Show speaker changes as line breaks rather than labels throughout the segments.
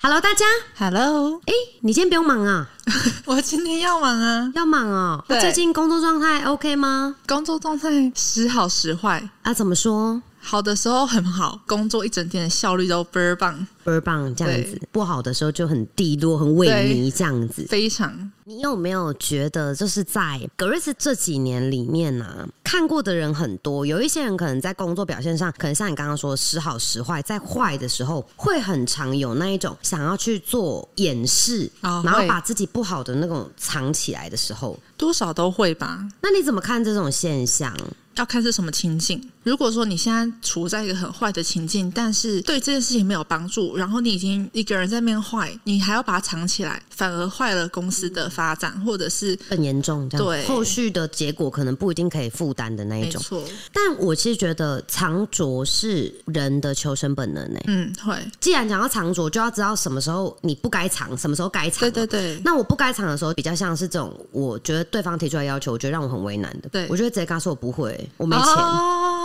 Hello，大家，
Hello，
哎、你今天不用忙啊，
我今天要忙啊，
要忙哦。那
对
最近工作状态 OK 吗？
工作状态时好时坏，
啊，怎么说？
好的时候很好，工作一整天的效率都倍儿棒，
倍儿棒这样子
对，
不好的时候就很低落、很萎靡这样子。
非常
你有没有觉得，就是在格瑞斯这几年里面呢、看过的人很多，有一些人可能在工作表现上，可能像你刚刚说的时好时坏，在坏的时候会很常有那一种想要去做掩饰，
哦
然后
会
把自己不好的那种藏起来的时候，
多少都会吧。
那你怎么看这种现象？
要看是什么情境。如果说你现在处在一个很坏的情境，但是对这件事情没有帮助，然后你已经一个人在那边坏，你还要把它藏起来，反而坏了公司的发展，或者是
更严重，这样
对
后续的结果可能不一定可以负担的那一
没
种。
错，
但我其实觉得藏拙是人的求生本能呢、欸
嗯，会，
既然讲到藏拙，就要知道什么时候你不该藏，什么时候该藏。
对对。对，
那我不该藏的时候，比较像是这种，我觉得对方提出来要求，我觉得让我很为难的。
对
我就会直接跟他说我不会，我没钱。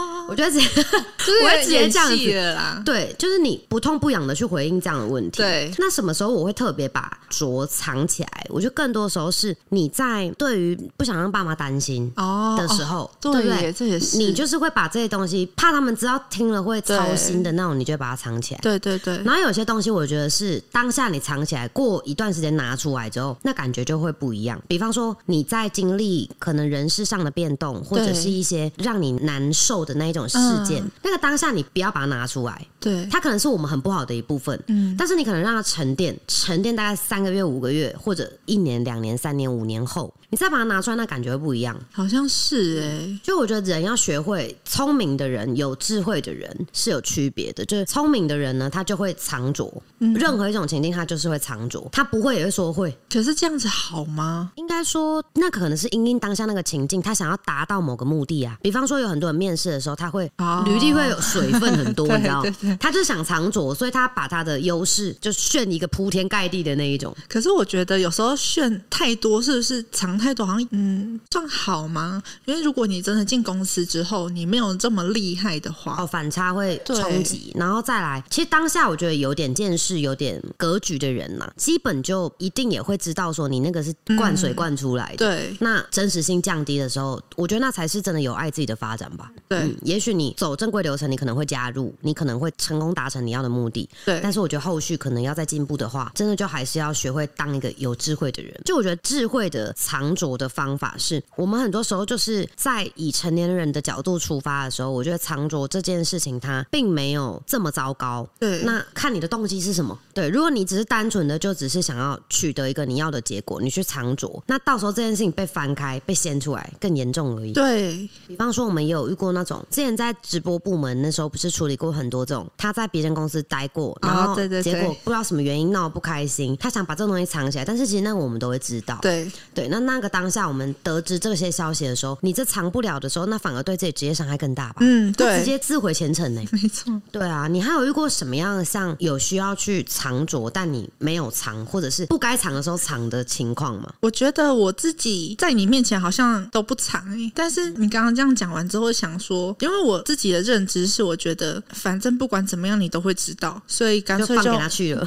哦，
我就会直接
就是
我会直接
演
这样子
戏了啦。
对，就是你不痛不痒的去回应这样的问题。
对
那什么时候我会特别把拙藏起来？我觉得更多时候是你在对于不想让爸妈担心，
哦
的时
哦
候，
对
对不
耶
对？
这也是
你就是会把这些东西，怕他们知道听了会操心的那种，你就会把它藏起来。
对对对，
然后有些东西，我觉得是当下你藏起来，过一段时间拿出来之后，那感觉就会不一样。比方说，你在经历可能人事上的变动，或者
对
是一些让你难受的那一种事件，
嗯
那个当下你不要把它拿出来，
对，
它可能是我们很不好的一部分。
嗯，
但是你可能让它沉淀，沉淀大概三个月、五个月，或者一年、两年、三年、五年后，你再把它拿出来，那感觉会不一样。
好像是哎，
就我觉得人要学会聪明的人、有智慧的人是有区别的。就是聪明的人呢，他就会藏拙，
嗯
任何一种情境他就是会藏拙，他不会也会说会。
可是这样子好吗？
应该说，那可能是因应当下那个情境，他想要达到某个目的啊。比方说，有很多人面试的时候，他会
哦
履历会有水分很多，
对
你知道
对对，
他就想藏拙，所以他把他的优势就炫一个铺天盖地的那一种。
可是我觉得有时候炫太多，是不是藏太多？好像嗯，算好吗？因为如果你真的进公司之后，你没有这么厉害的话，
哦，反差会
对
冲击，然后再来，其实当下我觉得有点见识、有点格局的人呐、基本就一定也会知道说你那个是灌水灌出来的。
对
那真实性降低的时候，我觉得那才是真的有爱自己的发展吧。
对
嗯，也许你走正规流程，你可能会加入，你可能会成功达成你要的目的。但
对，
是我觉得后续可能要再进步的话，真的就还是要学会当一个有智慧的人。就我觉得智慧的藏拙的方法是，我们很多时候就是在以成年人的角度出发的时候，我觉得藏拙这件事情它并没有这么糟糕。
对
嗯那看你的动机是什么？对，如果你只是单纯的就只是想要取得一个你要的结果，你去藏拙，那到时候这件事情被翻开、被掀出来，更严重而已。
对
比方说，我们也有遇过那种，之前在直播部门那时候不是处理过很多这种，他在别人公司待过，然后
啊对对对
结果不知道什么原因闹得不开心，他想把这个东西藏起来，但是其实那个我们都会知道。
对
对，那那个当下我们得知这些消息的时候，你这藏不了的时候，那反而对自己职业伤害更大吧？
嗯
他直
对，
接自毁前程呢、
没错，
对啊，你还有遇过什么样的像有需要去藏拙，但你没有藏，或者是不该藏的时候藏的情况吗？
我觉得我自己在你面前好像都不藏、欸，但是你刚刚这样讲完之后，想说，因为我自己的认知是，我觉得反正不管怎么样，你都会知道，所以干
就
脆
放
就
给他去 了。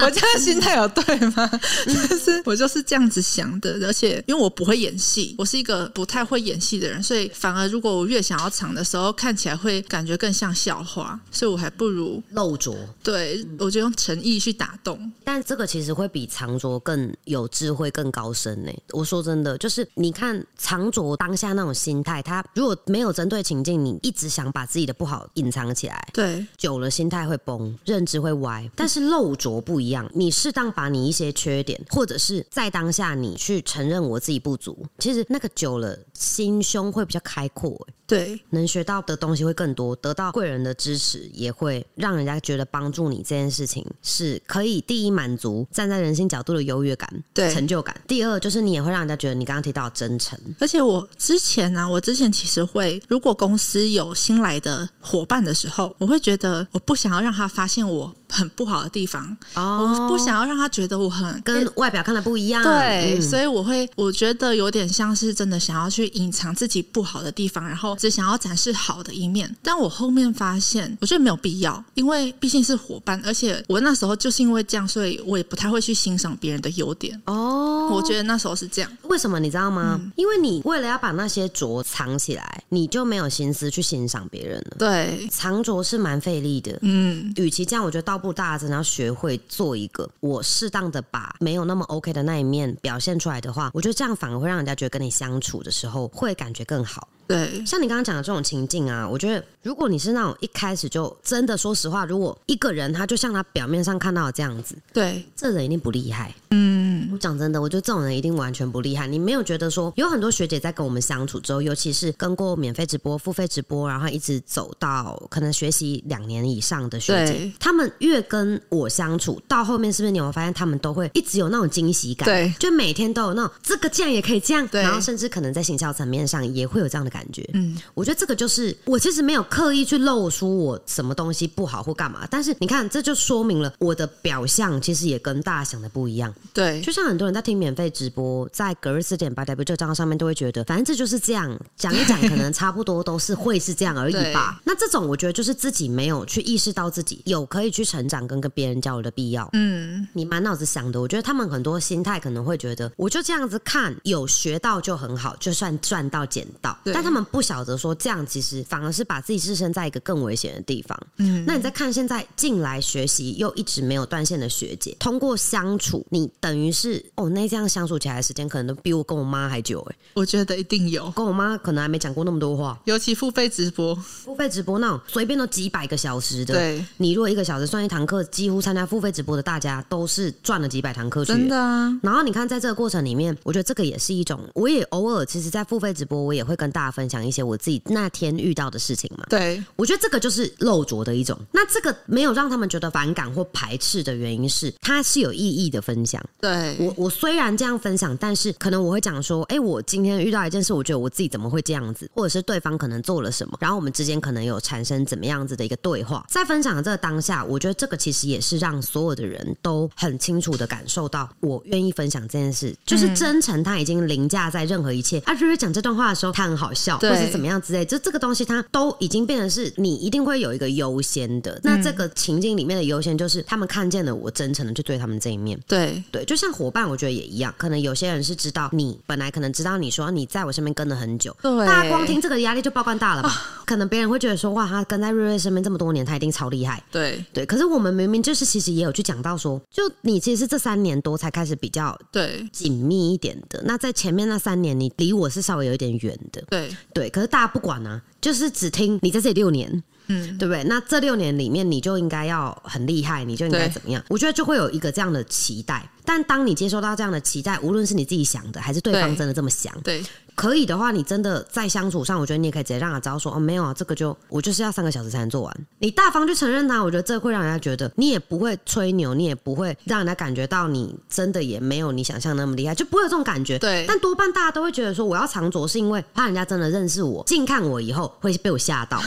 我这样心态有对吗？ 就是我就是这样子想的，而且因为我不会演戏，我是一个不太会演戏的人，所以反而如果我越想要藏的时候，看起来会感觉更像笑话，所以我还不如
露拙，
对我就用诚意去打动。
但这个其实会比藏拙更有智慧、更高深呢、我说真的，就是你看藏拙当下那种心态，他如果没有针对情境，你一直想把自己的不好隐藏起来，
对
久了心态会崩，认知会歪。但是露拙不一样，你适当把你一些缺点，或者是在当下你去承认我自己不足，其实那个久了心胸会比较开阔、欸
对
能学到的东西会更多，得到贵人的支持也会让人家觉得帮助你这件事情是可以第一满足站在人心角度的优越感、
对，
成就感，第二就是你也会让人家觉得你刚刚提到的真诚，
而且我之前啊呢、我之前其实会，如果公司有新来的伙伴的时候，我会觉得我不想要让他发现我很不好的地方，我不想要让他觉得我很
跟外表看的不一样，
对，
嗯
所以我会，我觉得有点像是真的想要去隐藏自己不好的地方，然后只想要展示好的一面。但我后面发现，我觉得没有必要，因为毕竟是伙伴，而且我那时候就是因为这样，所以我也不太会去欣赏别人的优点。
哦，
我觉得嗯那时候是这样，
为什么你知道吗？因为你为了要把那些着藏起来，你就没有心思去欣赏别人了。
对，
藏着是蛮费力的。
嗯，
与其这样，我觉得倒不如大家真的要学会做一个我适当的把没有那么 OK 的那一面表现出来的话，我觉得这样反而会让人家觉得跟你相处的时候会感觉更好。
对，
像你刚刚讲的这种情境啊，我觉得如果你是那种一开始就真的，说实话，如果一个人他就像他表面上看到的这样子，
对，
这人一定不厉害。
嗯，
我讲真的，我觉得这种人一定完全不厉害。你没有觉得说有很多学姐在跟我们相处之后，尤其是跟过免费直播、付费直播，然后一直走到可能学习两年以上的学姐
对，
她们越跟我相处到后面，是不是你有没有发现她们都会一直有那种惊喜感？
对
就每天都有那种这个这样也可以这样，
对
然后甚至可能在行销层面上也会有这样的感觉。
嗯，
我觉得这个就是我其实没有刻意去露出我什么东西不好或干嘛，但是你看，这就说明了我的表象其实也跟大家想的不一样。
对，
就像很多人在听免费直播，在隔日四点八 W 这个账号上面都会觉得，反正这就是这样，讲一讲可能差不多都是会是这样而已吧。那这种我觉得就是自己没有去意识到自己有可以去成长跟跟别人交流的必要。
嗯，
你满脑子想的，我觉得他们很多心态可能会觉得，我就这样子看，有学到就很好，就算赚到捡到。
对
但他们不晓得说，这样其实反而是把自己置身在一个更危险的地方。
嗯，
那你再看现在进来学习又一直没有断线的学姐，通过相处，你等于是哦，那这样相处起来的时间可能都比我跟我妈还久哎、
我觉得一定有
我，跟我妈可能还没讲过那么多话。
尤其付费直播，
付费直播那种随便都几百个小时的，
对，
你如果一个小时算一堂课，几乎参加付费直播的大家都是赚了几百堂课去、
真的啊，
然后你看，在这个过程里面，我觉得这个也是一种，我也偶尔其实，在付费直播，我也会跟大家分享一些我自己那天遇到的事情嘛。
对，
我觉得这个就是露着的一种。那这个没有让他们觉得反感或排斥的原因是，它是有意义的分享。
对，
我我虽然这样分享，但是可能我会讲说，哎、我今天遇到一件事，我觉得我自己怎么会这样子，或者是对方可能做了什么，然后我们之间可能有产生怎么样子的一个对话。在分享的这个当下，我觉得这个其实也是让所有的人都很清楚的感受到，我愿意分享这件事，就是真诚，它已经凌驾在任何一切。啊，就是讲这段话的时候，他很好笑，或
对
是怎么样之类，就这个东西，它都已经变成是你一定会有一个优先的。那这个情境里面的优先就是他们看见了我真诚的去对他们这一面。
对，
对，就像伙伴，我觉得也一样。可能有些人是知道你本来可能知道你说你在我身边跟了很久，
对
大家光听这个压力就爆干大了吧？可能别人会觉得说哇，他跟在瑞瑞身边这么多年，他一定超厉害。
对，
对，可是我们明明就是其实也有去讲到说，就你其实是这三年多才开始比较
对，
紧密一点的，那在前面那三年你离我是稍微有一点远的，
对，
对。可是大家不管啊，就是只听你在这里六年，
嗯，
对不对？那这六年里面，你就应该要很厉害，你就应该
对
怎么样？我觉得就会有一个这样的期待。但当你接收到这样的期待，无论是你自己想的，还是对方
对
真的这么想，
对，
可以的话，你真的在相处上，我觉得你也可以直接让他知道说，哦，没有啊，这个就我就是要三个小时才能做完。你大方去承认他，我觉得这会让人家觉得你也不会吹牛，你也不会让人家感觉到你真的也没有你想象那么厉害，就不会有这种感觉。
对
但多半大家都会觉得说，我要藏拙是因为怕人家真的认识我，近看我以后会被我吓到。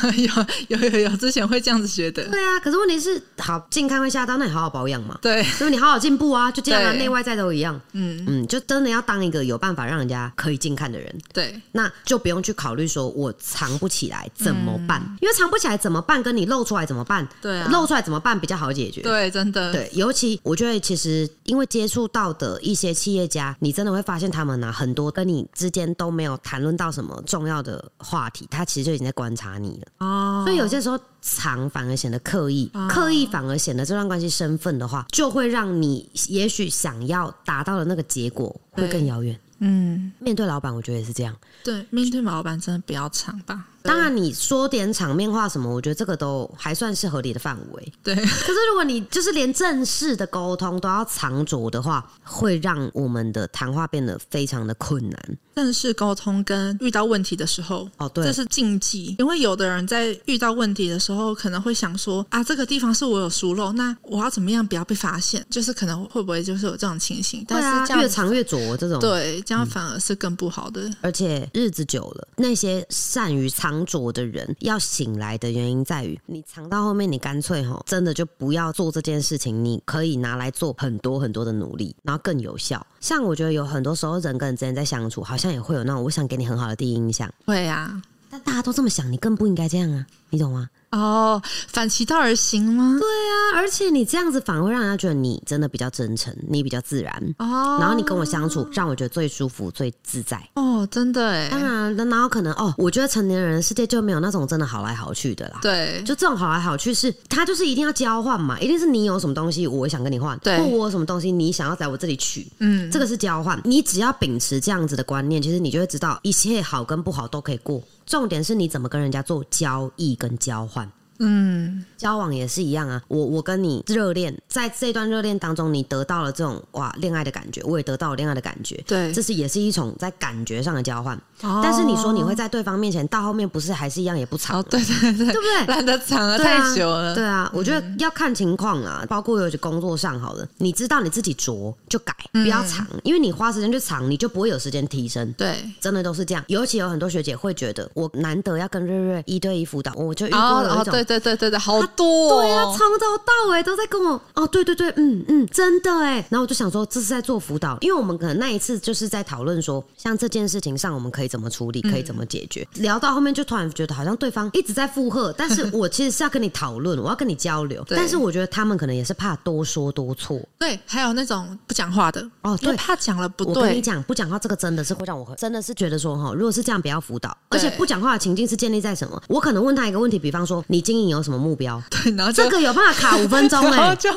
有有有有，之前会这样子觉得，
对啊，可是问题是，好健康会吓到，那你好好保养嘛，
对，
所以你好好进步啊，就这样啊，
对
内外在都一样。
嗯，
嗯，就真的要当一个有办法让人家可以近看的人，
对，
那就不用去考虑说我藏不起来怎么办，因为藏不起来怎么办，跟你露出来怎么办，
嗯对啊，
露出来怎么办比较好解决。
对，真的，
对，尤其我觉得，其实因为接触到的一些企业家，你真的会发现他们呢、很多跟你之间都没有谈论到什么重要的话题，他其实就已经在观察你了。
哦，
所以有些时候藏反而显得刻意，刻意反而显得这段关系身份的话，就会让你也许想要达到的那个结果会更遥远。
嗯，
面对老板，我觉得也是这样。
对，面对老板真的不要藏吧，
当然，你说点场面话什么，我觉得这个都还算是合理的范围。
对，
可是如果你就是连正式的沟通都要藏拙的话，会让我们的谈话变得非常的困难。
正式沟通跟遇到问题的时候。
哦，对
这，是禁忌，因为有的人在遇到问题的时候，可能会想说啊，这个地方是我有疏漏，那我要怎么样不要被发现？就是可能会不会就是有这种情形？
对
但是这
啊，
样
越嗯藏越拙这种。
对，这样反而是更不好的。
而且日子久了，那些善于藏拙的人要醒来的原因在于，你藏到后面，你干脆吼，真的就不要做这件事情，你可以拿来做很多很多的努力，然后更有效。像我觉得有很多时候人跟人之间在相处，好像也会有那种我想给你很好的第一印象，
会啊，
但大家都这么想，你更不应该这样啊，你懂吗？
哦，反其道而行吗？
对啊，而且你这样子反而会让人家觉得你真的比较真诚，你比较自然，
哦，
然后你跟我相处让我觉得最舒服、最自在。
哦，真的哎，
当然，然后可能哦，我觉得成年人的世界就没有那种真的好来好去的啦。
对，
就这种好来好去是，他就是一定要交换嘛，一定是你有什么东西，我也想跟你换，
对
或我有什么东西你想要在我这里取，
嗯，
这个是交换。你只要秉持这样子的观念，其实你就会知道一切好跟不好都可以过。重点是你怎么跟人家做交易跟交换。
嗯，
交往也是一样啊，我我跟你热恋，在这段热恋当中，你得到了这种哇恋爱的感觉，我也得到了恋爱的感觉，
对
这，是也是一种在感觉上的交换。
哦
但是你说你会在对方面前到后面不是还是一样也不长
哦，，对对对，
对不对？
懒得藏了
对啊
太久了，嗯
对啊，我觉得要看情况啊，包括有些工作上好了，你知道你自己拙就改，
嗯
不要藏，因为你花时间去藏，你就不会有时间提升。
对，
真的都是这样，尤其有很多学姐会觉得，我难得要跟瑞瑞一对一辅导，我就遇
哦
过有一
哦，
种。
对对对对对，好多哦，
对啊，从头到尾都在跟我哦，对对对，嗯嗯，真的哎。然后我就想说，这是在做辅导，因为我们可能那一次就是在讨论说，像这件事情上我们可以怎么处理，
嗯
可以怎么解决。聊到后面就突然觉得好像对方一直在附和，但是我其实是要跟你讨论，我要跟你交流，
对
但是我觉得他们可能也是怕多说多错。
对，还有那种不讲话的，
哦
因为
对
怕讲了不
我跟你
对，
讲，不讲话这个真的是会让我很真的是觉得说哈，如果是这样，不要辅导。而
对
且不讲话的情境是建立在什么？我可能问他一个问题，比方说你经营有什么目标？
对， 然后就
这个有办法卡五分钟哎、
然后就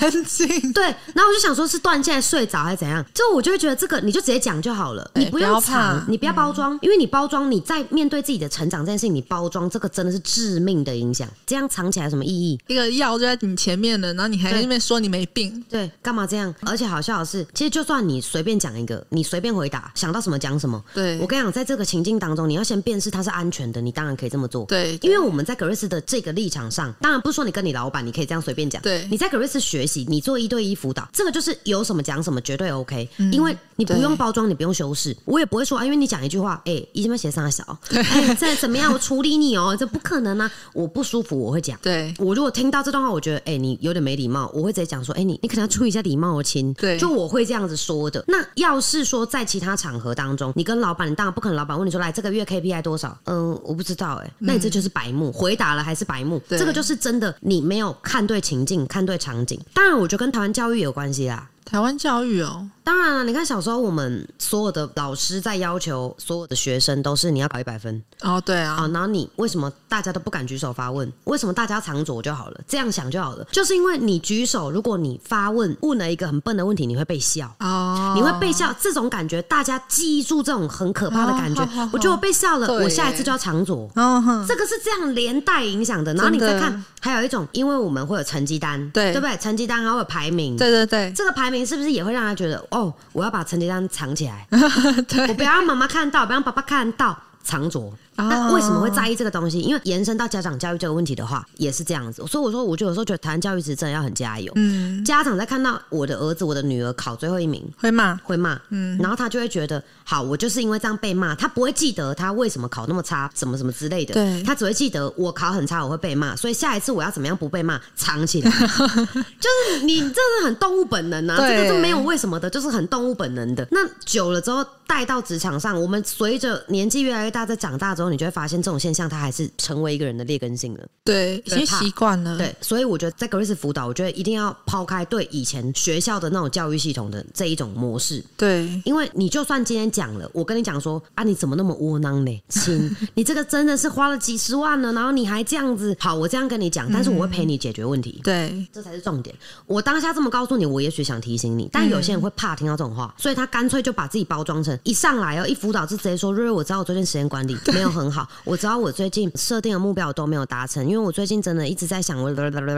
安静，
对，然后我就想说，是断线睡着还是怎样？就我就会觉得这个，你就直接讲就好了，
对
你不
不
要
要怕嗯
藏，你不要包装，因为你包装，你在面对自己的成长这件事情，你包装这个真的是致命的影响。这样藏起来有什么意义？
一个药就在你前面了，然后你还在那边说你没病，
对，干嘛这样？而且好笑的是，其实就算你随便讲一个，你随便回答，想到什么讲什么。
对
我跟你讲，在这个情境当中，你要先辨识它是安全的，你当然可以这么做。
对，
因为我们在格瑞斯的这个立场上，当然不是说你跟你老板你可以这样随便讲，
对
你在格瑞斯学习，你做一对一辅导，这个就是有什么讲什么，绝对 OK，、因为你不用
嗯对
包装，你不用修饰，我也不会说啊，因为你讲一句话，哎、一经被写上小，哎，这怎么样，我处理你哦，这不可能啊，我不舒服我会讲。
对
我如果听到这段话，我觉得哎、你有点没礼貌，我会直接讲说，哎、你你可能要注意一下礼貌哦，亲。
对
就我会这样子说的。那要是说在其他场合当中，你跟老板，你当然不可能，老板问你说来这个月 KPI 多少？嗯，我不知道哎、那你这就是白目，回答了还是白目，
对
这个就是真的你没有看对情境，看对场景。当然，我觉得跟台湾教育有关系啦。
台湾教育哦，
当然了，你看小时候我们所有的老师在要求所有的学生都是你要考一百分，
哦对啊
啊，，然后你为什么大家都不敢举手发问？为什么大家藏拙就好了？这样想就好了，就是因为你举手，如果你发问问了一个很笨的问题，你会被笑。
哦，
你会被笑，这种感觉，大家记住这种很可怕的感觉
哦好好好。
我觉得我被笑了，
对
我下一次就要藏拙。
哦哼，
这个是这样连带影响的。然后你再
真的
看，还有一种，因为我们会有成绩单，
对
对不对？成绩单还会有排名，
对对对
这个排名是不是也会让他觉得，哦，我要把成绩单藏起来？我
对，哦
不要让妈妈看到，不要让爸爸看到。藏拙，那为什么会在意这个东西？因为延伸到家长教育这个问题的话，也是这样子。所以我说，我就有时候觉得台湾教育其实真的要很加油。
嗯，
家长在看到我的儿子、我的女儿考最后一名，
会骂，
会骂，嗯，然后他就会觉得，好，我就是因为这样被骂，他不会记得他为什么考那么差，什么什么之类的，
对
他只会记得我考很差，我会被骂，所以下一次我要怎么样不被骂，藏 起来，就是你真的很动物本能啊，
对
这个是没有为什么的，就是很动物本能的。那久了之后带到职场上，我们随着年纪越来越大，在长大之后，你就会发现这种现象，它还是成为一个人的劣根性了。
对，已经
怕
习惯了，
对，所以我觉得在格瑞斯辅导，我觉得一定要抛开对以前学校的那种教育系统的这一种模式，
对
因为你就算今天讲了，我跟你讲说啊，你怎么那么窝囊呢，亲？你这个真的是花了几十万了，然后你还这样子。好，我这样跟你讲，但是我会陪你解决问题。
对
这才是重点。我当下这么告诉你，我也许想提醒你，但有
嗯
些人会怕听到这种话，所以他干脆就把自己包装成一上来哦，一辅导就直接说：“瑞瑞，我知道我最近时间管理没有很好，我知道我最近设定的目标我都没有达成，因为我最近真的一直在想我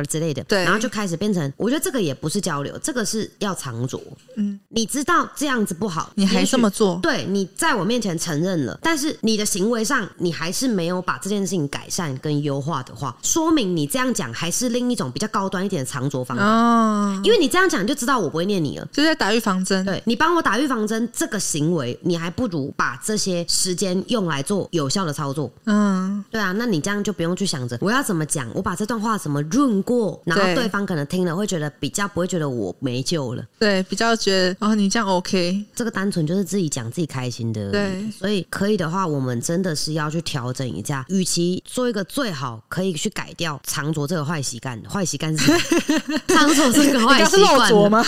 之类的。”
对
然后就开始变成，我觉得这个也不是交流，这个是要藏拙。嗯，你知道这样子不好，
你还
也许
这么做，
对你在我面前承认了，但是你的行为上你还是没有把这件事情改善跟优化的话，说明你这样讲还是另一种比较高端一点的藏拙方法。
哦，
因为你这样讲你就知道我不会念你了。
就在打预防针，
对你帮我打预防针这个行为，你还不如把这些时间用来做有效的操作。
嗯，
对啊，那你这样就不用去想着我要怎么讲，我把这段话怎么润过，然后
对
对方可能听了会觉得比较不会觉得我没救了。
对，比较觉得哦，你这样 OK，
这个单纯就是自己讲自己开心的，
对，
所以可以的话，我们真的是要去调整一下。与其做一个最好，可以去改掉藏拙这个坏习惯，坏习惯是什 么藏拙是个
你
坏
刚是
习
漏
惯
拙吗？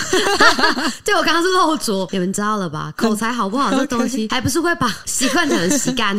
对，我刚刚是漏拙，你们知道了
嗯
吧？口才好不好这东西， 还不是会把习惯讲成习惯？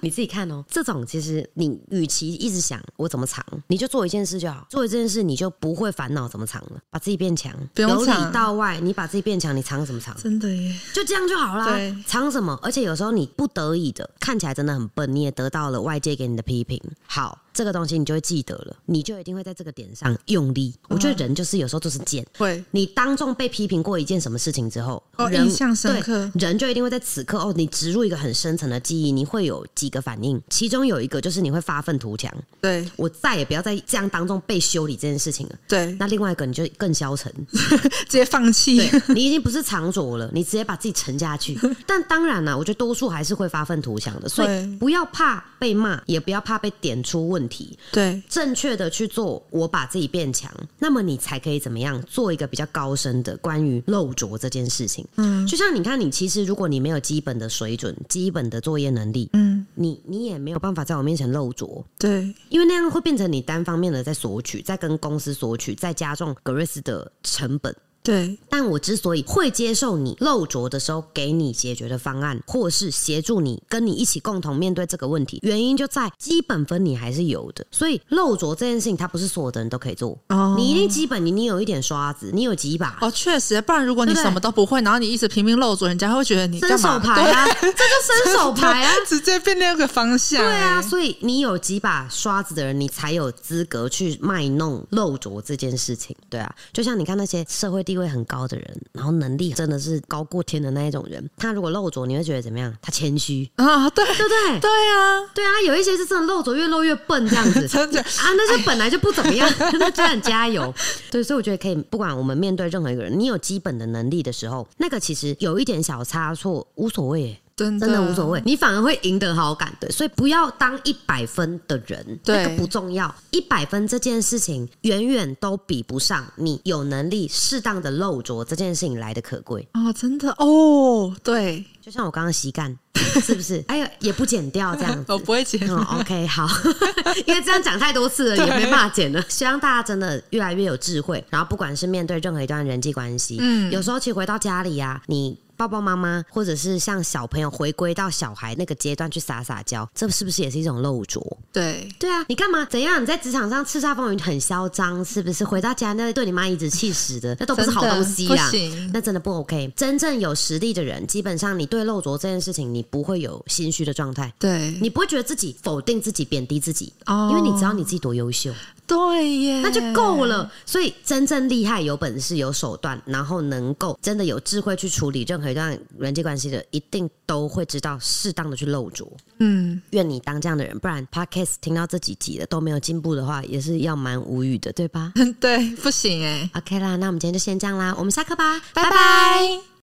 你自己看哦，这种其实你与其一直想我怎么藏，你就做一件事就好，做一件事你就不会烦恼怎么藏了，把自己变强，
不用
由里
藏
到外，你把自己变强，你藏什么藏？
真的耶，
就这样就好啦
对。
藏什么？而且有时候你不得已的，看起来真的很笨，你也得到了外界给你的批评。好，这个东西你就会记得了，你就一定会在这个点上用力。
嗯
我觉得人就是有时候就是贱。
会
你当众被批评过一件什么事情之后，
哦，
人
印象深刻，
人就一定会在此刻哦，你植入一个很深层的记忆，你会有几个反应，其中有一个就是你会发愤图强，
对
我再也不要再这样当众被修理这件事情了。
对，
那另外一个你就更消沉，
直接放弃，
对你已经不是藏拙了，你直接把自己沉下去。但当然啊啦、我觉得多数还是会发愤图强的，所以
会
不要怕被骂，也不要怕被点出问题，
对
正确的去做，我把自己变强，那么你才可以怎么样做一个比较高深的关于漏拙这件事情。嗯，就像你看，你其实如果你没有基本的水准、基本的作业能力，
嗯，
你你也没有办法在我面前漏拙。
对
因为那样会变成你单方面的在索取，在跟公司索取，再加重 Grace 的成本。
对
但我之所以会接受你漏拙的时候给你解决的方案，或是协助你跟你一起共同面对这个问题，原因就在基本分你还是有的。所以漏拙这件事情，它不是所有的人都可以做。
哦。
你一定基本你你有一点刷子，你有几把。
哦，确实，不然如果你
对不对
什么都不会，然后你一直拼命露足，人家会觉得你
伸
干
手
嘛？
牌啊，这就伸手牌啊，
直接变另一个方向、
对啊，
哎
所以你有几把刷子的人，你才有资格去卖弄漏拙这件事情。对啊，就像你看那些社会地位很高的人，然后能力真的是高过天的那一种人，他如果漏拙，你会觉得怎么样？他谦虚，
啊，对
对不对？
对啊，。
对啊，有一些是真的漏拙，越漏越笨这样子
真的
啊，那是本来就不怎么 样，那这样加油。对，所以我觉得可以，不管我们面对任何一个人，你有基本的能力的时候，那个其实有一点小差错无所谓耶、
真的
真的无所谓，你反而会赢得好感的，所以不要当一百分的人，
对
那个不重要。一百分这件事情远远都比不上你有能力适当的露拙这件事情来的可贵。
哦，真的哦，对，
就像我刚刚洗干，是不 是？哎呀，也不剪掉这样子
我。不会剪，
嗯，OK，好， 因为这样讲太多次了，也没办法剪了。希望大家真的越来越有智慧，然后不管是面对任何一段人际关系，嗯，有时候其实回到家里啊，你。抱抱妈妈，或者是像小朋友回归到小孩那个阶段去撒撒娇，这是不是也是一种露拙？
对，
对啊，你干嘛？怎样？你在职场上叱咤风云很嚣张，是不是？回到家那对你妈颐指气使 的，那都不是好东西啊
真的
啦
不。行，
那真的不 OK。真正有实力的人，基本上你对露拙这件事情，你不会有心虚的状态。
对，
你不会觉得自己否定自己、贬低自己，
哦
因为你知道你自己多优秀，
对耶，
那就够
哎
了。所以真正厉害、有本事、有手段，然后能够真的有智慧去处理任何一段人际关系的，一定都会知道适当的去露拙。
嗯，
愿你当这样的人，不然 Podcast 听到这几集了都没有进步的话，也是要蛮无语的，对吧
对，不行哎，
？OK 啦，那我们今天就先这样啦，我们下课吧，
拜拜